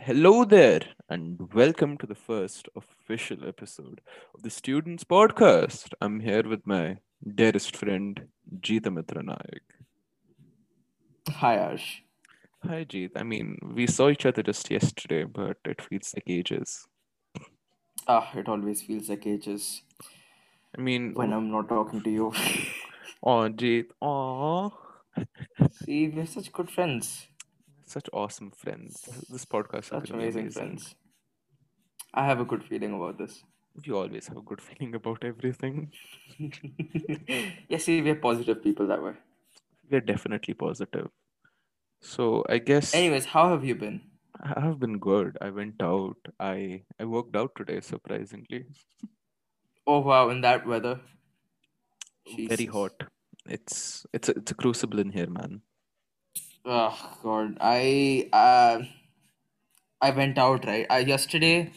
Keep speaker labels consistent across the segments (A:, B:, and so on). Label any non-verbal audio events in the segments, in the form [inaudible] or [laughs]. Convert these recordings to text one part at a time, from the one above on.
A: Hello there, and welcome to the first official episode of the Students Podcast. I'm here with my dearest friend, Jeeta Mitra Nayak.
B: Hi, Ash.
A: Hi, Jeet. I mean, we saw each other just yesterday, but it feels like ages.
B: Ah, it always feels like ages
A: I mean,
B: when I'm not talking to you. [laughs]
A: oh, Jeet, aw,
B: See, we're such good friends,
A: such awesome friends. This podcast is
B: such
A: gonna be
B: amazing friends. I have a good feeling about this. [laughs]
A: We always have a good feeling about everything.
B: yeah, see, we're positive people that way.
A: We're definitely positive. So I guess
B: Anyways, how have you been?
A: I have been good. I went out. I I worked out today, surprisingly.
B: Oh, wow, in that weather.
A: Very
B: Jesus.
A: hot. It's it's a, it's a crucible in here, man.
B: Oh, God. I, uh, I went out, right? I, yesterday,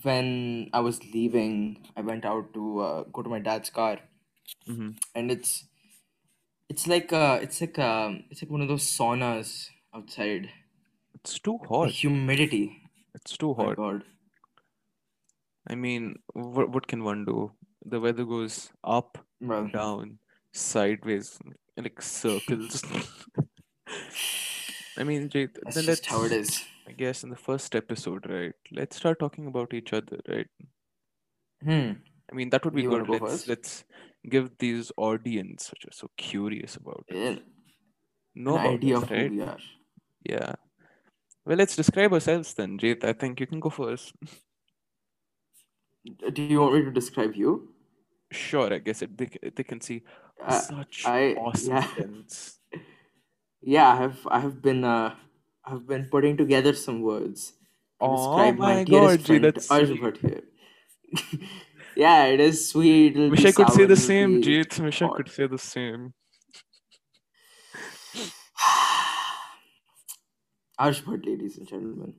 B: when I was leaving, I went out to uh, go to my dad's car.
A: hmm
B: and it's it's like uh it's like um it's like one of those saunas outside
A: It's too
B: the
A: hot.
B: humidity
A: It's too
B: my
A: hot.
B: god
A: I mean, what what can one do? The weather goes up,
B: well
A: down, sideways, like
B: [laughs]
A: circles. I mean, Jay, th-
B: that's
A: then
B: just how it
A: let's, [laughs]
B: is
A: I guess, in the first episode, right? Let's start talking about each other, right?
B: hmm
A: I mean, that would be
B: you want
A: good.
B: to go
A: Let's
B: first
A: let's give these audience, which are so curious about us,
B: an,
A: know
B: an
A: about
B: idea
A: us,
B: of who
A: right?
B: we are
A: Yeah. Well, let's describe ourselves then, Jait. I think you can go first.
B: do you want me to describe you
A: Sure, I guess it, they, c- they can see
B: uh,
A: such
B: i
A: awesome
B: yeah
A: friends.
B: [laughs] yeah i have i have been uh i've been putting together some words to
A: Oh
B: describe my
A: my God,
B: dearest
A: Jay,
B: friend
A: that's sweet.
B: Arjabhat here [laughs] yeah it is sweet it'll
A: Wish
B: be
A: I could say
B: sour
A: the
B: it'll
A: same,
B: be
A: Jait. Wish I
B: hot
A: could say the same.
B: [sighs] Arsh Bhatt, ladies and gentlemen.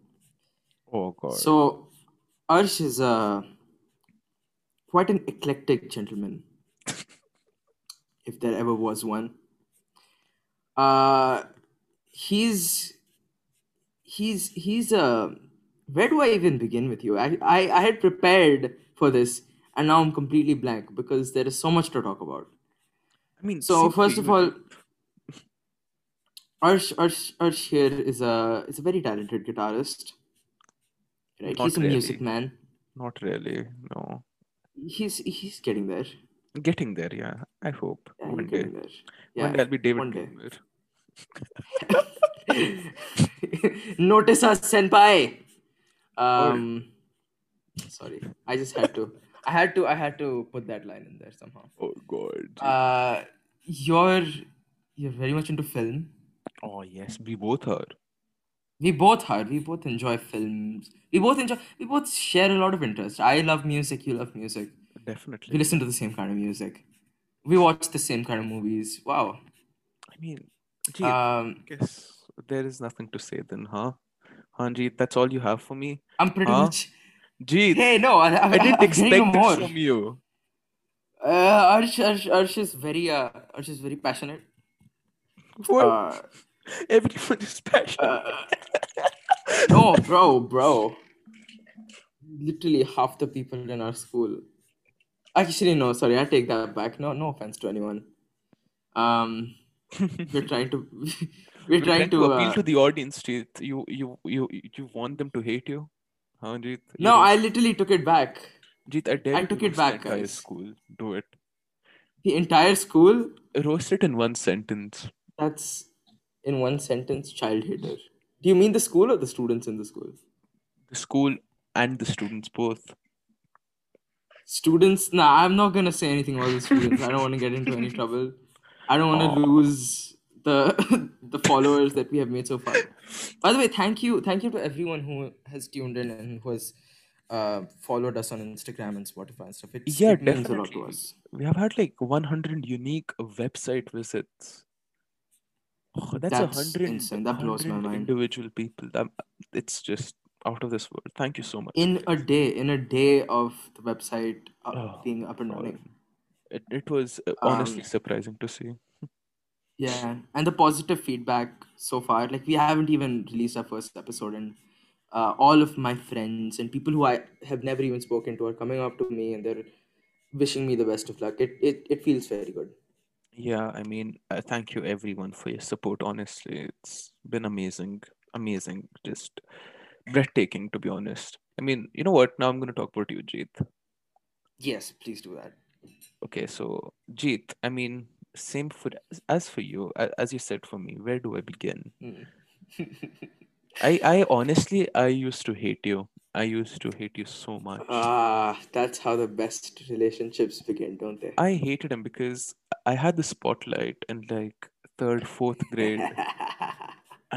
A: Oh God.
B: So, Arsh is a quite an eclectic gentleman, if there ever was one. Uh, he's he's he's a. Where do I even begin with you? I, I I had prepared for this, and now I'm completely blank because there is so much to talk about.
A: I mean,
B: So,
A: same
B: first
A: thing
B: of
A: with
B: all,
A: you.
B: Arsh Arsh Arsh here is a is a very talented guitarist, right? He's
A: Not
B: a music
A: really.
B: man.
A: Not really. No.
B: He's he's getting there.
A: Getting there, yeah. I hope
B: Yeah, you're
A: one day.
B: getting there.
A: One
B: Yeah,
A: day I'll be David
B: one day.
A: Gilmour.
B: [laughs] Notice us, senpai.
A: Or
B: Um, sorry, I just had to. I had to. I had to put that line in there somehow.
A: oh God. Jit.
B: Uh, you're you're very much into film.
A: Oh yes, we both are.
B: We both are. We both enjoy films. We both enjoy. We both share a lot of interest. I love music. You love music. We
A: Definitely.
B: listen to the same kind of music. We watch the same kind of movies. Wow.
A: I mean, Jeet,
B: Um,
A: I guess there is nothing to say then, huh? Huh, Jeet, that's all you have for me?
B: I'm pretty
A: Huh?
B: much.
A: Jeet,
B: Hey, no, I,
A: I
B: [laughs] I,
A: didn't
B: I'm getting no
A: expect this
B: more.
A: from you.
B: Uh, Arsh, Arsh, Arsh is very, uh, Arsh is very passionate.
A: What?
B: Uh,
A: Everyone is passionate.
B: uh, [laughs] no, bro, bro. Literally half the people in our school. Actually, no, sorry, I take that back. No, no offense to anyone. Um,
A: [laughs]
B: we're trying to, [laughs] we're
A: We're trying
B: trying
A: to
B: to.
A: appeal
B: Uh,
A: to the audience, Jeet. You you you you want them to hate you? Huh, Jeet?
B: no,
A: You're a
B: I literally took it back.
A: Jeet, I dare
B: I
A: you to
B: took it
A: roast the
B: back,
A: entire
B: guys.
A: school. Do it.
B: The entire school.
A: Roast it in one sentence.
B: That's in one sentence, child hater. Do you mean the school or the students in the school?
A: The school and the students both.
B: Students, nah, I'm not gonna say anything about the students. I don't want to get into any trouble. I don't want to
A: Oh.
B: lose the [laughs] the followers that we have made so far. By the way, thank you, thank you to everyone who has tuned in and who has uh, followed us on Instagram and Spotify and stuff. It's
A: Yeah,
B: it means a lot to
A: definitely.
B: us.
A: We have had like 100 unique website visits. Oh, that's a
B: That's
A: hundred,
B: insane. That blows my
A: hundred
B: mind.
A: individual people. That, it's just out of this world. Thank you so much,
B: In a
A: guys.
B: day, in a day of the website up,
A: Oh
B: being up and
A: God,
B: running.
A: it it was uh, honestly
B: Um,
A: surprising to see.
B: Yeah, and the positive feedback so far. Like we haven't even released our first episode, and uh, all of my friends and people who I have never even spoken to are coming up to me and they're wishing me the best of luck. It it, it feels very good.
A: Yeah, I mean, uh, thank you everyone for your support. Honestly, it's been amazing, amazing, just breathtaking to be honest. I mean, you know what? Now I'm going to talk about you, Jeet.
B: Yes, please do that.
A: Okay, so Jeet, I mean, same for as for you, a- as you said for me. Where do I begin?
B: Mm.
A: I I honestly I used to hate you. I used to hate you so much.
B: [laughs] ah, that's how the best relationships begin, don't they?
A: I hated him because I had the spotlight in like third, fourth grade,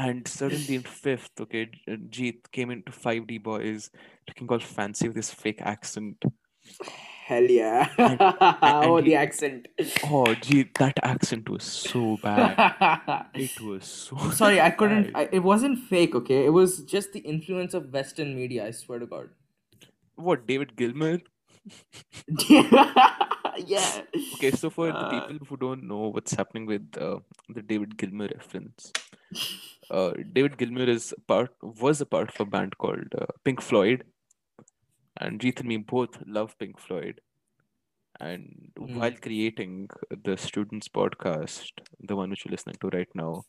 A: and suddenly in fifth, okay, J- uh, Jeet came into 5D boys looking all fancy with his fake accent.
B: [laughs] Hell yeah!
A: And- and
B: [laughs] oh,
A: he-
B: the accent.
A: Oh, Jeet, that accent was so
B: [laughs]
A: bad. It was so.
B: Sorry,
A: [laughs]
B: I couldn't.
A: bad.
B: I, it wasn't fake, okay? It was just the influence of Western media. I swear to God. [laughs]
A: What, David Gilmer?
B: yeah.
A: Okay, so for the
B: Uh,
A: people who don't know what's happening with uh, the David Gilmer reference, uh, David Gilmer is a part was a part of a band called uh, Pink Floyd, and Jeet and me both love Pink Floyd. And
B: Mm.
A: while creating the students podcast, the one which you're listening to right now,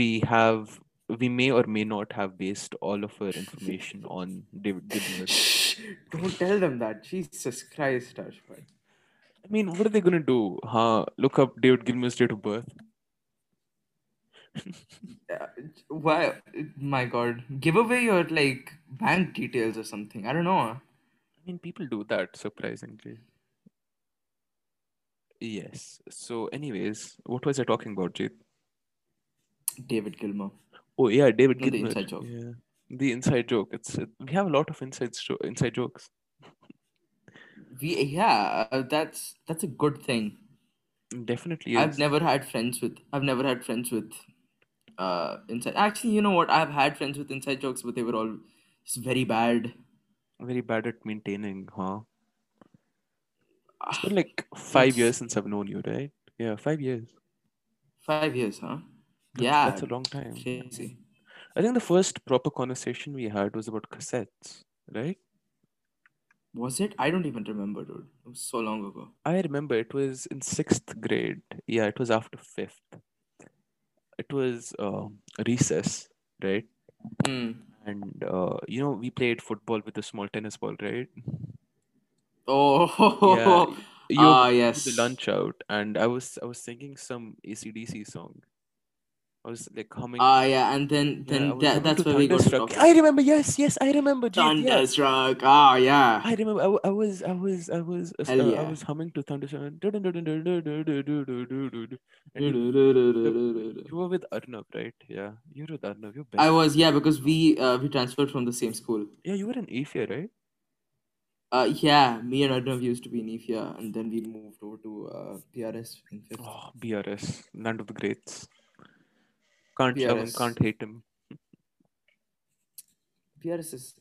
A: we have we may or may not have based all of our information on David Gilmer.
B: Shh, don't tell them that. Jesus Christ, Arshfar.
A: I mean, what are they gonna do? Huh? Look up David Gilmer's date of birth.
B: Uh, why? My God. Give away your like bank details or something. I don't know.
A: I mean, people do that surprisingly. Yes. So, anyways, what was I talking about, Jeet?
B: David Gilmour.
A: Oh yeah, David
B: No, the
A: Gilmour.
B: inside joke.
A: Yeah, the inside joke. It's it, we have a lot of inside jo- inside jokes.
B: We yeah. Uh, that's that's a good thing.
A: Definitely
B: I've
A: is.
B: never had friends with. I've never had friends with. Uh, inside. Actually, you know what? I've had friends with inside jokes, but they were all just very bad.
A: Very bad at maintaining, huh? It's
B: Ah,
A: been like five
B: it's-
A: years since I've known you, right? Yeah, five years.
B: Five years, huh?
A: That's,
B: yeah.
A: that's a long time.
B: Crazy.
A: I think the first proper conversation we had was about cassettes, right?
B: Was it? I don't even remember, dude. It was so long ago.
A: I remember it was in sixth grade. Yeah, it was after fifth. It was um recess, right?
B: Mm.
A: And uh, you know, we played football with a small tennis ball, right? Yeah,
B: [laughs] Oh,
A: you
B: ah,
A: do the
B: yes.
A: lunch out, and I was I was singing some ACDC song. I was like humming.
B: Ah, yeah, and then
A: yeah, I
B: then
A: was
B: that,
A: humming
B: that's
A: to
B: where we go to
A: Thunderstruck.
B: talk.
A: I remember. Yes, yes, I remember. Jeet, yeah.
B: Thunderstruck. Ah, yeah.
A: I remember. I, wa- I was. I was. I was. I s-
B: Hell
A: uh, I
B: yeah.
A: was humming to Thunderstruck. And you, you
B: Do-do-do-do-do-do-do-do.
A: were with Arnav, right? Yeah, you were with Arnav. You're best.
B: I was yeah because we uh, we transferred from the same school.
A: Yeah, you were in EFA, right?
B: Uh, yeah, me and Arnav used to be in E Ifia, and then we moved over to uh, PRS in fifth.
A: Oh, BRS, land of the greats. Can't love him.
B: PRS.
A: Can't hate him.
B: PRS is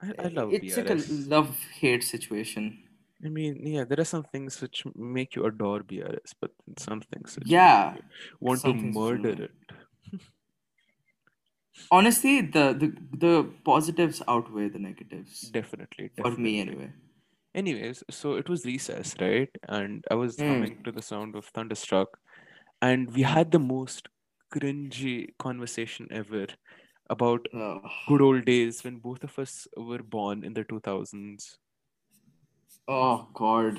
A: I, I love
B: it's like a
A: BRS.
B: love hate situation.
A: I mean, yeah, there are some things which m- make you adore BRS, but then some things which make
B: Yeah,
A: you want to
B: some things.
A: murder
B: From...
A: it.
B: Honestly, the, the the positives outweigh the negatives
A: Definitely,
B: for me
A: definitely.
B: anyway.
A: Anyways, so it was recess, right? And I was humming
B: Mm.
A: to the sound of Thunderstruck, and we had the most cringy conversation ever about
B: Oh.
A: good old days when both of us were born in the 2000s.
B: oh God.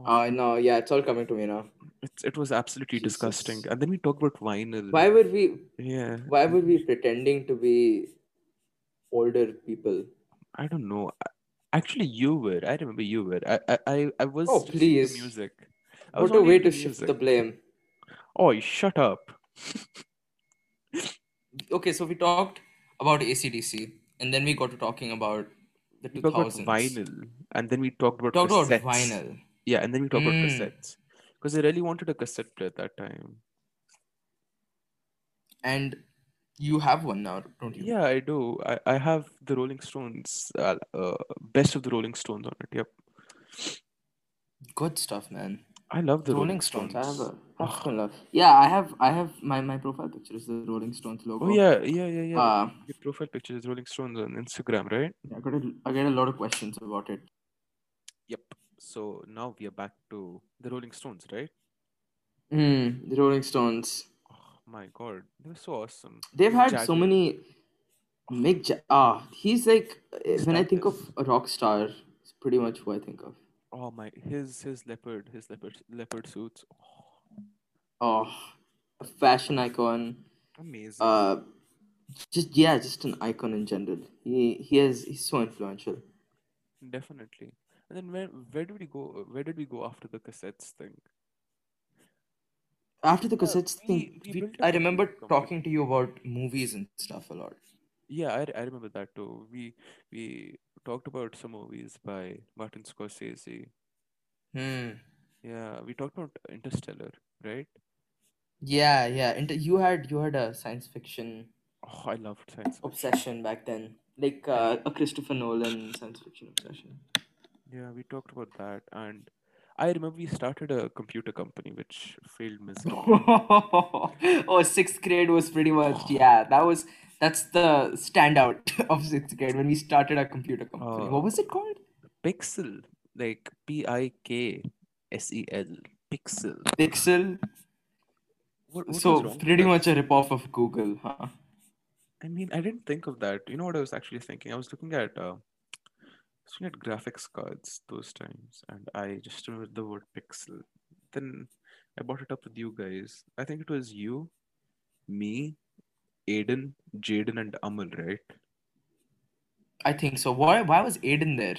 A: Oh,
B: I know. Yeah, it's all coming to me now.
A: it, it was absolutely disgusting.
B: Jesus.
A: And then we talked about vinyl.
B: Why would we?
A: Yeah,
B: Why would we pretending to be older people?
A: I don't know. I- Actually, you were. I remember you were. I I, I I was
B: Oh
A: just into
B: please!
A: music. I was
B: What a
A: only
B: way
A: into
B: to shift
A: music.
B: the blame.
A: Oh, shut up.
B: Okay, so we talked about ACDC, and then we got to talking about the
A: We talked about
B: 2000s.
A: vinyl, and then we talked about
B: Talked about
A: cassettes.
B: vinyl.
A: Yeah, and then we talked about
B: Mm.
A: cassettes because I really wanted a cassette player at that time.
B: And you have one now, don't you?
A: Yeah, I do. I, I have the Rolling Stones, uh, uh, best of the Rolling Stones on it. Yep.
B: Good stuff, man.
A: I love the
B: Rolling
A: Rolling
B: Stones.
A: Stones.
B: I have a I have a lo- yeah. I have I have my my profile picture is the Rolling Stones logo.
A: Oh yeah, yeah, yeah, yeah.
B: Uh,
A: Your profile picture is Rolling Stones on Instagram, right?
B: I got a, I get a lot of questions about it.
A: Yep. So now we are back to the Rolling Stones, right? Hmm.
B: Mm, the Rolling Stones.
A: Oh my god, they were so awesome.
B: They've
A: Mick
B: had so
A: Jagger.
B: many. Mick Ja- ah, he's like eh, when I think of a rock star, it's pretty much who I think of.
A: Oh my, his his leopard, his leopard leopard suits. Oh,
B: Oh, a fashion icon.
A: amazing.
B: Uh, just yeah, just an icon in general. He he has he's so influential.
A: Definitely. And then where where did we go? Where did we go after the cassettes thing?
B: After the
A: Yeah,
B: cassettes
A: we-
B: thing,
A: we
B: we-
A: built a
B: I remember
A: computer
B: talking to you about movies and stuff a lot.
A: Yeah, I, I remember that too. We we talked about some movies by Martin Scorsese.
B: Hmm.
A: Yeah, we talked about Interstellar, right?
B: Yeah, yeah. And you had you had a science fiction
A: Oh, I loved science fiction.
B: obsession back then, like uh, a Christopher Nolan science fiction obsession. [laughs]
A: Yeah, we talked about that, and I remember we started a computer company which failed miserably.
B: [laughs] oh, sixth grade was pretty much yeah. That was that's the standout [laughs] of sixth grade when we started our computer company.
A: Uh,
B: what was it called?
A: Pixel, like P I K S E L, Pixel.
B: Pixel.
A: What, what was
B: So
A: wrong?
B: pretty much a ripoff of Google, huh?
A: I mean, I didn't think of that. You know what I was actually thinking? I was looking at uh, I was looking at graphics cards those times, and I just remembered the word pixel. Then I brought it up with you guys. I think it was you, me, Aiden, Jaden, and Amal, right?
B: I think so. Why why was Aiden there?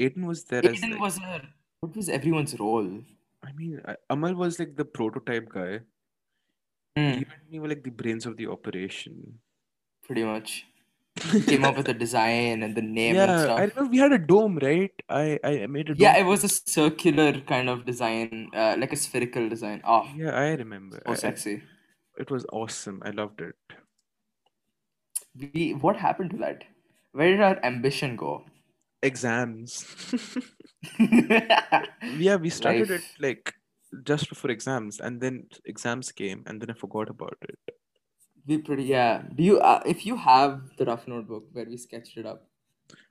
A: Aiden was there as
B: Aiden
A: like,
B: was a what was everyone's role?
A: I mean, I, Amal was like the prototype guy.
B: Hmm,
A: You and me were like the brains of the operation.
B: pretty much. Came
A: [laughs]
B: up with the design and the name and
A: Yeah, I
B: stuff.
A: remember we had a dome, right? I I made a
B: Yeah,
A: dome.
B: it was a circular kind of design, uh, like a spherical design. Oh,
A: Yeah, I remember. I,
B: so
A: I,
B: sexy.
A: it was awesome. I loved it.
B: We what happened to that? Where did our ambition go? [laughs]
A: Exams. [laughs] Yeah, we started it
B: Life.
A: like just before exams, and then exams came, and then I forgot about it.
B: We pretty yeah. Do you uh, if you have the rough notebook where we sketched it up,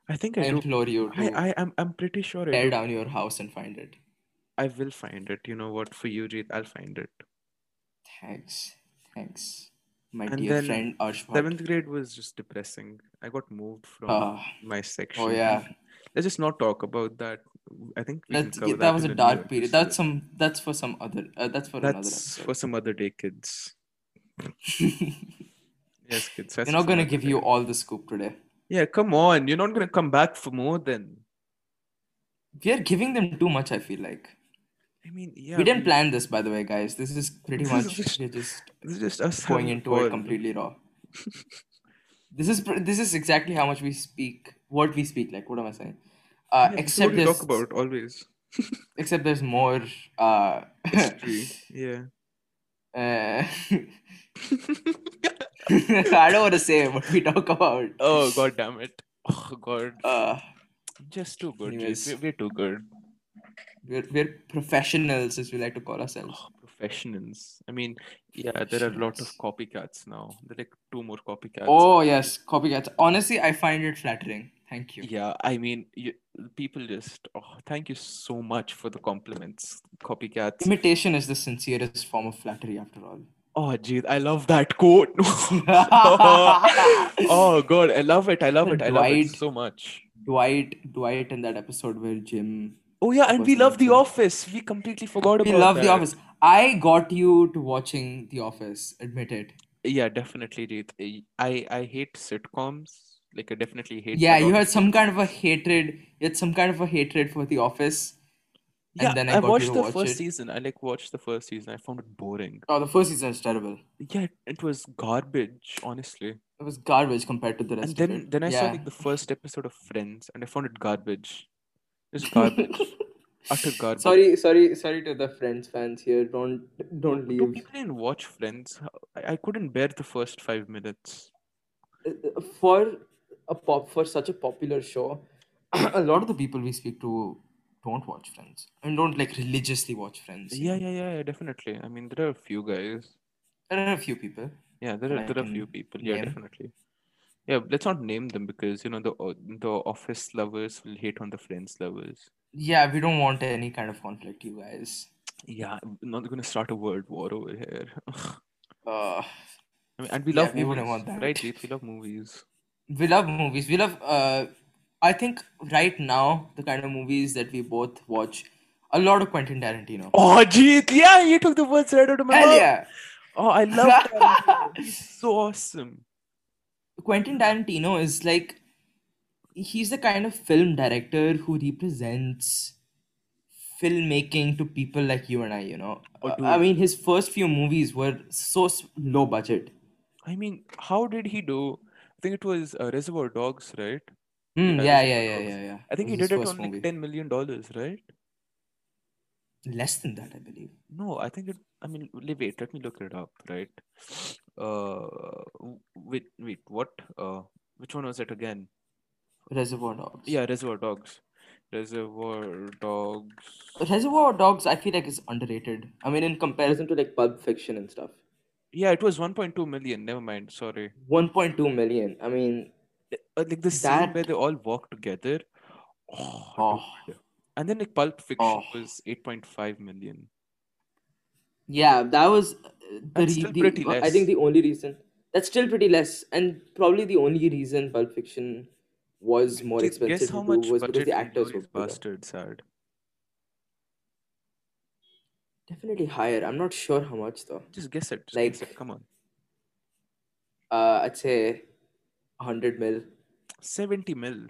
A: I think
B: I
A: I do.
B: implore you
A: I
B: to
A: I am I'm pretty sure I
B: tear
A: do.
B: down your house and find it.
A: I will find it. You know what? For you, Jeet, I'll find it.
B: Thanks, thanks, my
A: And
B: dear
A: then
B: friend Arshbot.
A: seventh grade was just depressing. I got moved from
B: Ah,
A: my
B: oh
A: section.
B: yeah,
A: Let's just not talk about that. I think we can
B: that's
A: cover
B: that
A: that
B: was
A: in
B: a
A: a new
B: dark period. That's
A: episode.
B: some that's for some other uh, that's for another
A: That's for
B: episode.
A: some other day,
B: [laughs]
A: kids. Yes, kids. That's
B: We're
A: for
B: not
A: some
B: gonna
A: other
B: give
A: day.
B: you all the scoop today.
A: Yeah, come on. You're not gonna come back for more than.
B: We are giving them too much. I feel like.
A: I mean, yeah,
B: We didn't
A: we.
B: plan this, by the way, guys. This is
A: [laughs]
B: pretty
A: This is
B: much
A: just
B: we're just
A: this is just us
B: going
A: having
B: into it
A: fun.
B: completely raw. This is pr- this is exactly how much we speak, what we speak. Like, what am I saying? Uh,
A: Yeah, this is what
B: except
A: we talk
B: there's
A: about
B: [laughs]
A: always.
B: except there's more. Uh, [laughs]
A: History. Yeah. [laughs]
B: uh, [laughs] I don't want to say what we talk about.
A: oh god damn it. Oh god.
B: Uh,
A: Just too good, Jeet.
B: anyways,
A: We're, we're too good.
B: we're we're professionals, as we like to call ourselves.
A: Oh, professionals. I mean, yeah, there are a lot of
B: Professionals.
A: copycats now. There are like two more copycats.
B: Oh yes, copycats. Honestly, I find it flattering. Thank you.
A: Yeah, I mean, you, people just oh, thank you so much for the compliments, copycats.
B: Imitation is the sincerest form of flattery, after all.
A: Oh, jeez, I love that [laughs] quote. [laughs] Oh, God, I love it. I love it. I love it
B: Dwight,
A: so much.
B: [laughs] Dwight, Dwight in that episode where Jim
A: Oh, yeah, and we
B: was
A: love The
B: mentioned.
A: Office. We completely forgot
B: We
A: about
B: love The
A: that.
B: Office. I got you to watching The Office, admit it.
A: Yeah, definitely, Jeet. I I I hate sitcoms. Like, I definitely hate
B: Yeah,
A: that
B: you
A: on
B: had some kind of a hatred, you had some kind of a hatred for The Office,
A: Yeah,
B: and then I
A: I
B: got you to
A: watched the
B: watch
A: first
B: it.
A: season. I like watched the first season. I found it boring.
B: Oh, the first season is terrible.
A: Yeah, it was garbage, honestly.
B: It was garbage compared to the
A: And
B: rest of it.
A: then then I saw
B: Yeah.
A: like the first episode of Friends, and I found it garbage. It's [laughs]
B: [laughs]
A: garbage, utter garbage.
B: Sorry, sorry, sorry to the Friends fans here. Don't don't
A: Two
B: leave.
A: people didn't watch Friends. How- I, I couldn't bear the first five minutes.
B: Uh, [clears throat] for a pop for such a popular show a lot of the people we speak to don't watch Friends and don't like religiously watch Friends.
A: Yeah, yeah, yeah, yeah, definitely. I mean, there are a few guys.
B: There are a few people.
A: Yeah, there are
B: I
A: there are a few
B: can
A: people. Yeah,
B: name.
A: definitely. Yeah, let's not name them because you know the o- the office lovers will hate on the Friends lovers.
B: Yeah, we don't want any kind of conflict, you guys.
A: Yeah, we're not gonna start a world war over here. [laughs]
B: Uh,
A: I mean, and we
B: Yeah,
A: love
B: we wouldn't
A: movies,
B: want that.
A: right, Jeet? We love movies.
B: we love movies. We love. Uh, I think right now the kind of movies that we both watch, a lot of Quentin Tarantino.
A: Oh, Jeet, yeah, you took the words right out of my
B: Hell
A: mouth.
B: yeah!
A: Oh, I love Tarantino. He's so awesome.
B: Quentin Tarantino is like he's the kind of film director who represents filmmaking to people like you and I. You know,
A: Oh,
B: Uh, I
A: dude.
B: mean, his first few movies were so s- low budget.
A: I mean, how did he do? I think it was uh, Reservoir Dogs, right?
B: Mm,
A: Yeah,
B: yeah,
A: Hmm, Reservoir
B: yeah, yeah,
A: Dogs.
B: yeah, yeah.
A: I
B: It
A: think he
B: was his
A: did it
B: first
A: on like
B: movie.
A: ten million dollars, right?
B: Less than that, I believe.
A: No, I think it. I mean, li- wait. Let me look it up. Right. Uh, w- wait, wait. What? Uh, which one was it again?
B: Reservoir Dogs.
A: Yeah, Reservoir Dogs. Reservoir Dogs.
B: Reservoir Dogs, I feel like is underrated. I mean, in comparison to like Pulp Fiction and stuff.
A: Yeah, it was 1.2 million. Never mind. Sorry.
B: 1.2 million. I mean,
A: Uh, like the scene where
B: that.
A: they all walk together. Oh,
B: Oh,
A: dude. And then like Pulp Fiction
B: oh.
A: was 8.5 million.
B: Yeah, that was uh, the
A: That's
B: re-
A: still
B: the
A: pretty
B: I think
A: less.
B: the only reason that's still pretty less, and probably the only reason Pulp Fiction was more
A: Jeet, guess
B: expensive to
A: how
B: do
A: much
B: was because
A: budget
B: the
A: the
B: actors were
A: Inglorious
B: poor.
A: Bastards had.
B: Definitely higher. I'm not sure how much though.
A: Just guess it. Just guess it.
B: Like,
A: Come on.
B: uh, I'd say 100 mil,
A: 70 mil.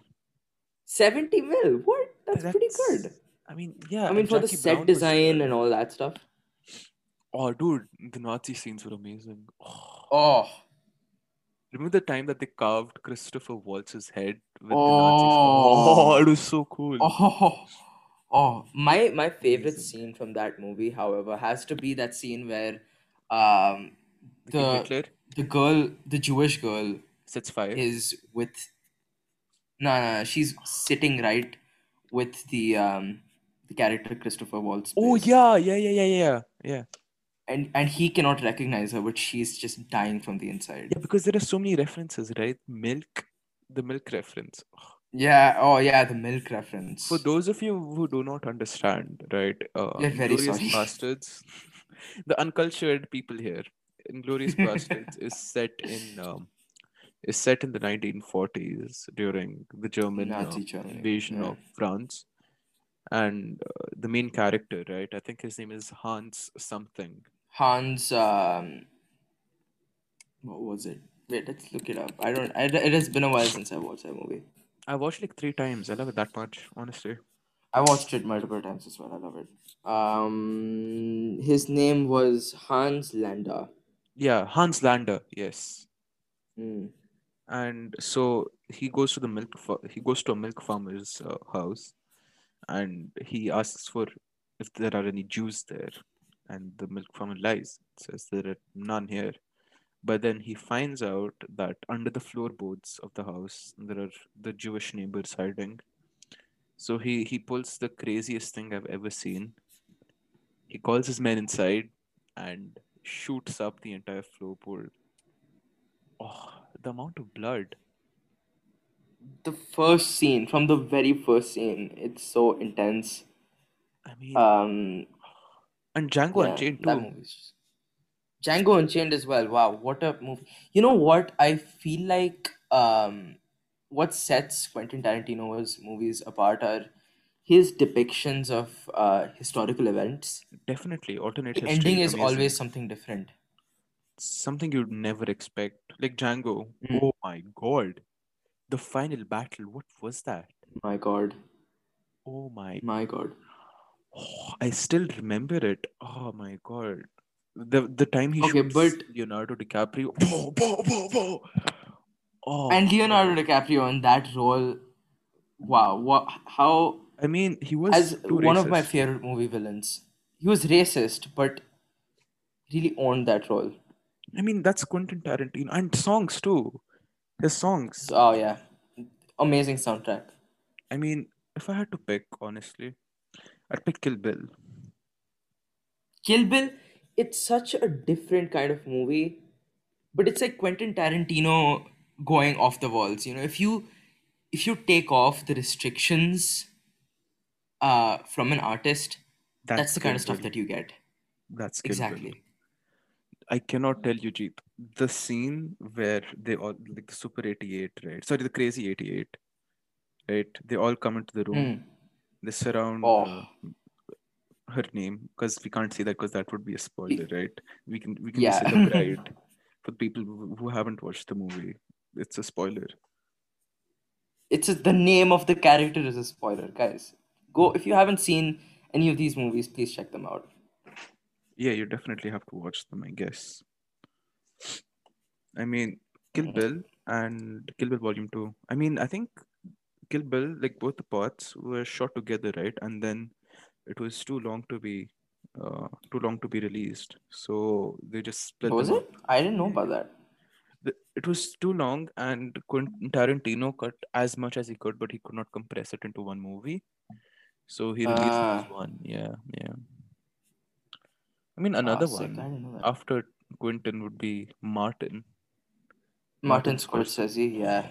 B: 70 mil. What? That's pretty
A: That's,
B: good.
A: I mean, yeah,
B: I mean,
A: and
B: for the
A: Jackie
B: set
A: Brown was in
B: design
A: it.
B: and all that stuff.
A: Oh, dude, the Nazi scenes were amazing. [sighs] Oh,
B: Oh,
A: remember the time that they carved Christopher Waltz's head with the Nazis? Oh,
B: oh,
A: it was so cool. [laughs]
B: oh, oh. My my favorite
A: Amazing.
B: scene from that movie, however, has to be that scene where, um,
A: They kill
B: the
A: Hitler,
B: the girl, the Jewish girl,
A: sets fire.
B: is with no, no, no, she's sitting right with the um the character Christopher Waltz
A: Oh,
B: plays,
A: yeah, yeah, yeah, yeah, yeah, yeah.
B: and and he cannot recognize her, but she's just dying from the inside.
A: Yeah, because there are so many references, right? Milk, the milk reference. Oh.
B: Yeah. Oh, yeah. The milk
A: For
B: reference.
A: those of you who do not understand, right, uh,
B: We're very
A: Inglorious
B: sorry. [laughs]
A: Bastards, the uncultured people here,
B: [laughs]
A: Inglorious Bastards is set in um, is set in the 1940s during the German uh,
B: Nazi Germany.
A: invasion
B: Yeah.
A: of France, and uh, the main character, right? I think his name is Hans something.
B: Hans. Um, what was it? Wait, let's look it up. I don't. I, it has been a while since I watched that movie.
A: I watched like three times. I love it that much, honestly.
B: I watched it multiple times as well. I love it. Um, his name was Hans Landa.
A: Yeah, Hans Lander. Yes.
B: Mm.
A: and so he goes to the milk fa- he goes to a milk farmer's uh, house and he asks for if there are any jews there and the milk farmer lies says there are none here but then he finds out that under the floorboards of the house there are the jewish neighbors hiding so he he pulls the craziest thing i've ever seen he calls his men inside and shoots up the entire floorboard oh the amount of blood
B: The first scene, from the very first scene, it's so intense.
A: i mean
B: Um,
A: And Django
B: yeah,
A: Unchained
B: that
A: too.
B: movie's just... Django Unchained as well. Wow, what a movie! You know what? I feel like um, what sets Quentin Tarantino's movies apart are his depictions of uh, historical events.
A: Definitely, alternate
B: The ending
A: history,
B: is always
A: amazing.
B: something different.
A: Something you'd never expect. Like Django.
B: Mm.
A: Oh my God. The final battle. What was that?
B: My God,
A: Oh my.
B: my God.
A: Oh, I still remember it. Oh my God. The the time he
B: Okay,
A: shoots
B: but
A: Leonardo DiCaprio.
B: [laughs]
A: Pow, pow, pow, pow. Oh
B: and Leonardo
A: God.
B: DiCaprio in that role. Wow, what? How?
A: I mean, he was
B: As
A: too
B: one of my
A: racist.
B: favorite movie villains, he was racist, but really owned that role.
A: I mean, that's Quentin Tarantino. And songs too. His songs.
B: So, oh yeah, amazing soundtrack.
A: I mean, if I had to pick, honestly. I'd pick Kill Bill.
B: Kill Bill, it's such a different kind of movie, but it's like Quentin Tarantino going off the walls. You know, if you if you take off the restrictions uh, from an artist, that's, the kind of
A: Kill
B: stuff
A: Bill.
B: that you get.
A: That's Kill Bill.
B: Exactly.
A: I cannot tell you, Jeet, the scene where they all like the Super 88, right? Sorry, the Crazy 88, right? They all come into the room.
B: Mm.
A: They surround
B: Oh.
A: uh, her name because we can't say that because that would be a
B: [laughs]
A: spoiler, right? We can we can
B: Yeah.
A: just say the
B: [laughs]
A: bride for people who who haven't watched the movie. It's a spoiler.
B: It's just the name of the character is a spoiler, guys. Go if you haven't seen any of these movies, please check them out.
A: Yeah, you definitely have to watch them, I guess. I mean, Kill
B: Mhm.
A: Bill and Kill Bill Volume 2. I mean, I think Kill Bill, like both the parts were shot together, right? And then it was too long to be uh, too long to be released. So they just split
B: Oh, Was
A: them
B: it? I didn't know about that.
A: the- it was too long and Quentin Tarantino cut as much as he could, but he could not compress it into one movie. So he released it as
B: Ah.
A: one. Yeah, yeah. I mean, another
B: Ah, sick, I
A: one
B: didn't know that.
A: after Quentin would be Martin. Martin
B: Martin Scorsese, yeah.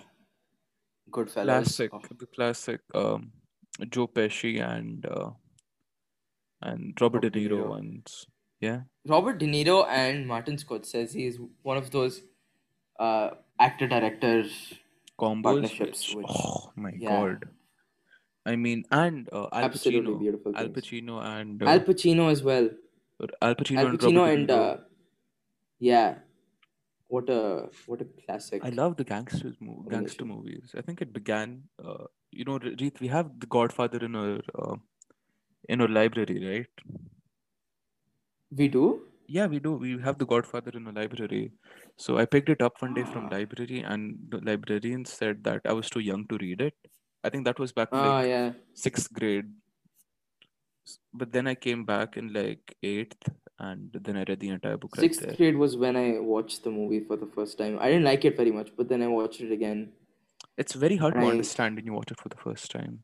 B: Goodfellas.
A: Classic,
B: Oh.
A: the classic um, Joe Pesci and uh, and Robert
B: Robert
A: De
B: De
A: Niro
B: Niro.
A: ones. Yeah,
B: Robert De Niro and Martin Scorsese is one of those uh, actor director
A: combos.
B: partnerships.
A: which-
B: Which,
A: oh my
B: yeah.
A: god! I mean, and uh, Al
B: absolutely
A: Pacino,
B: beautiful.
A: Al
B: things.
A: Pacino and uh,
B: Al Pacino as well.
A: Al Pacino
B: Al
A: and
B: Pacino
A: Robert De
B: and
A: Niro.
B: uh, yeah, what a what a classic.
A: I love the gangsters mo- gangster
B: Combination.
A: movies. I think it began, uh, you know, Re- Reeth, we have The Godfather in our uh, in our library, right?
B: We do.
A: Yeah, we do. We have The Godfather in our library. So I picked it up one day from
B: Ah.
A: library, and the librarian said that I was too young to read it. I think that was back in,
B: Oh
A: like
B: yeah.
A: sixth grade. S- But then I came back in like eighth, and then I read the entire book right
B: Sixth
A: there.
B: grade was when I watched the movie for the first time. I didn't like it very much, but then I watched it again.
A: It's very hard to
B: Right.
A: understand when you watch it for the first time.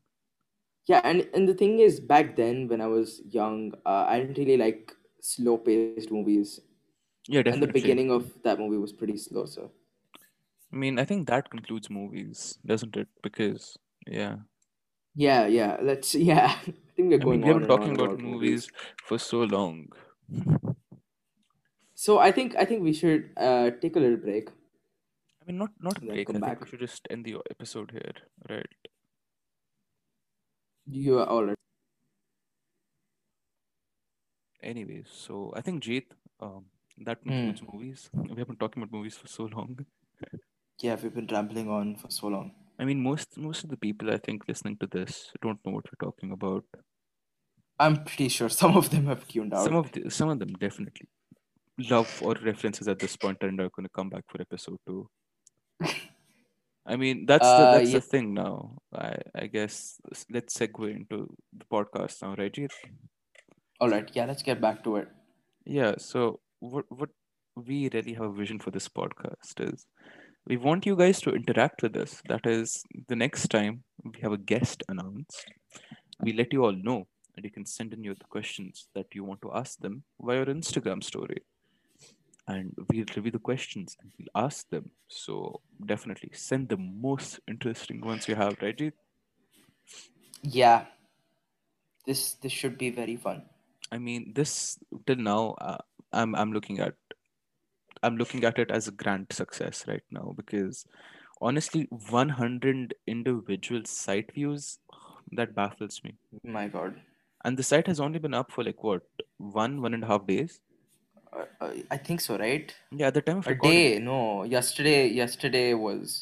B: Yeah, and and the thing is, back then when I was young, uh, I didn't really like slow paced movies,
A: Yeah,
B: and the
A: definitely.
B: beginning of that movie was pretty slow. So
A: I mean, I think that concludes movies, doesn't it? Because yeah,
B: yeah, yeah, let's [laughs] yeah. I think we're
A: I mean,
B: going
A: we have
B: on
A: been
B: and on
A: talking about movies for so long.
B: So I think I think we should uh, take a little break.
A: I mean, not not a
B: Then
A: break. I
B: come
A: think
B: back.
A: we should just end the episode here, right?
B: You are all right.
A: Anyways, so I think Jeet, um, that concludes movies. We have been talking about movies for so long.
B: Yeah, we've been rambling on for so long.
A: I mean, most most of the people I think listening to this don't know what we're talking about.
B: I'm pretty sure some of them have tuned out.
A: Some of the, some of them definitely love or references at this point and are going to come back for episode two.
B: [laughs]
A: I mean, that's the,
B: Uh,
A: that's
B: yeah.
A: the thing now. I I guess s- let's segue into the podcast now, right? Jeet?
B: all right, yeah, let's get back to it.
A: Yeah. So what what we really have a vision for this podcast is we want you guys to interact with us. That is, the next time we have a guest announced, we let you all know, and you can send in your questions that you want to ask them via our Instagram story. And we'll review the questions and we'll ask them. So definitely send the most interesting ones you have, right? Jeet?
B: Yeah, this this should be very fun.
A: I mean, this till now, uh, I'm I'm looking at I'm looking at it as a grand success right now because honestly, 100 individual site views that baffles me.
B: Oh My God,
A: And the site has only been up for like what one one and a half days.
B: uh, uh, I think so, right?
A: Yeah, at the time of
B: A
A: recording,
B: day? No, yesterday. Yesterday was.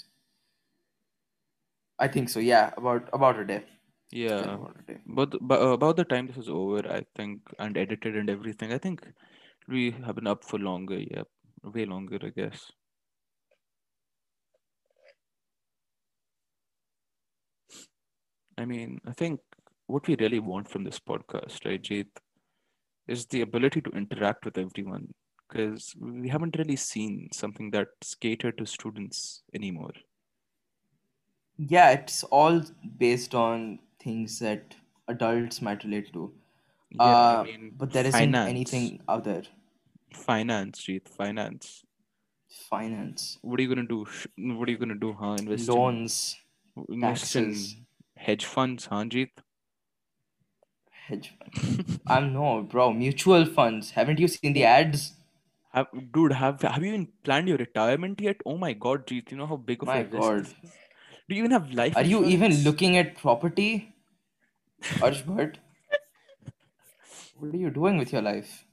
B: I think so. Yeah, about about a day. It's been
A: yeah.
B: about a day.
A: But the- bu- about the time this was over, I think, and edited and everything, I think we have been up for longer. Yeah, way longer, I guess. I mean, I think what we really want from this podcast, right, Jeet, is the ability to interact with everyone because we haven't really seen something that's catered to students anymore.
B: Yeah, it's all based on things that adults might relate to.
A: Yeah,
B: uh,
A: I mean,
B: but there isn't
A: finance.
B: anything out there.
A: Finance, Jeet, finance.
B: Finance,
A: What are you gonna do? Sh- What are you gonna do, huh? Invest
B: loans,
A: in invest in
B: taxes,
A: hedge funds, huh, Jeet?
B: hedge funds. [laughs] I don't know, bro. Mutual funds. Haven't you seen the ads?
A: Have, dude, have have you even planned your retirement yet? Oh my god, Jeet, you know how big of
B: My
A: a risk
B: God.
A: this is? Do you even have life?
B: Are you even
A: insurance?
B: looking at property, Arshbhat? What are you doing with your life?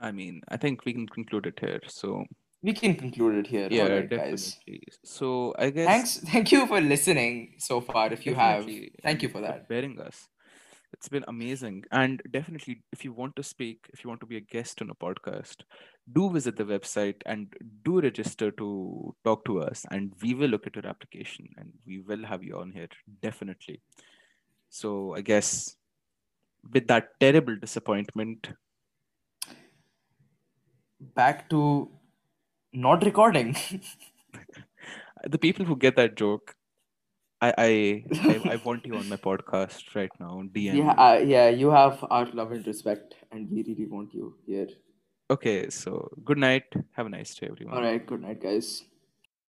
A: I mean, I think we can conclude it here. So
B: We can conclude it here.
A: yeah,
B: All right,
A: definitely.
B: guys.
A: So I guess
B: Thanks. [laughs] Thank you for listening so far. If you have,
A: Definitely,
B: thank
A: and
B: you for that.
A: Bearing us. It's been amazing. And definitely, if you want to speak, if you want to be a guest on a podcast, do visit the website and do register to talk to us. And we will look at your application and we will have you on here, definitely. So, I guess with that terrible disappointment,
B: Back to not recording.
A: the people who get that joke, I, I, I, I want you on
B: [laughs]
A: my podcast right now. DM.
B: Yeah,
A: me.
B: uh, yeah, you have our love and respect, and we really want you here.
A: Okay, so good night. Have a nice day, everyone.
B: All right, good night, guys.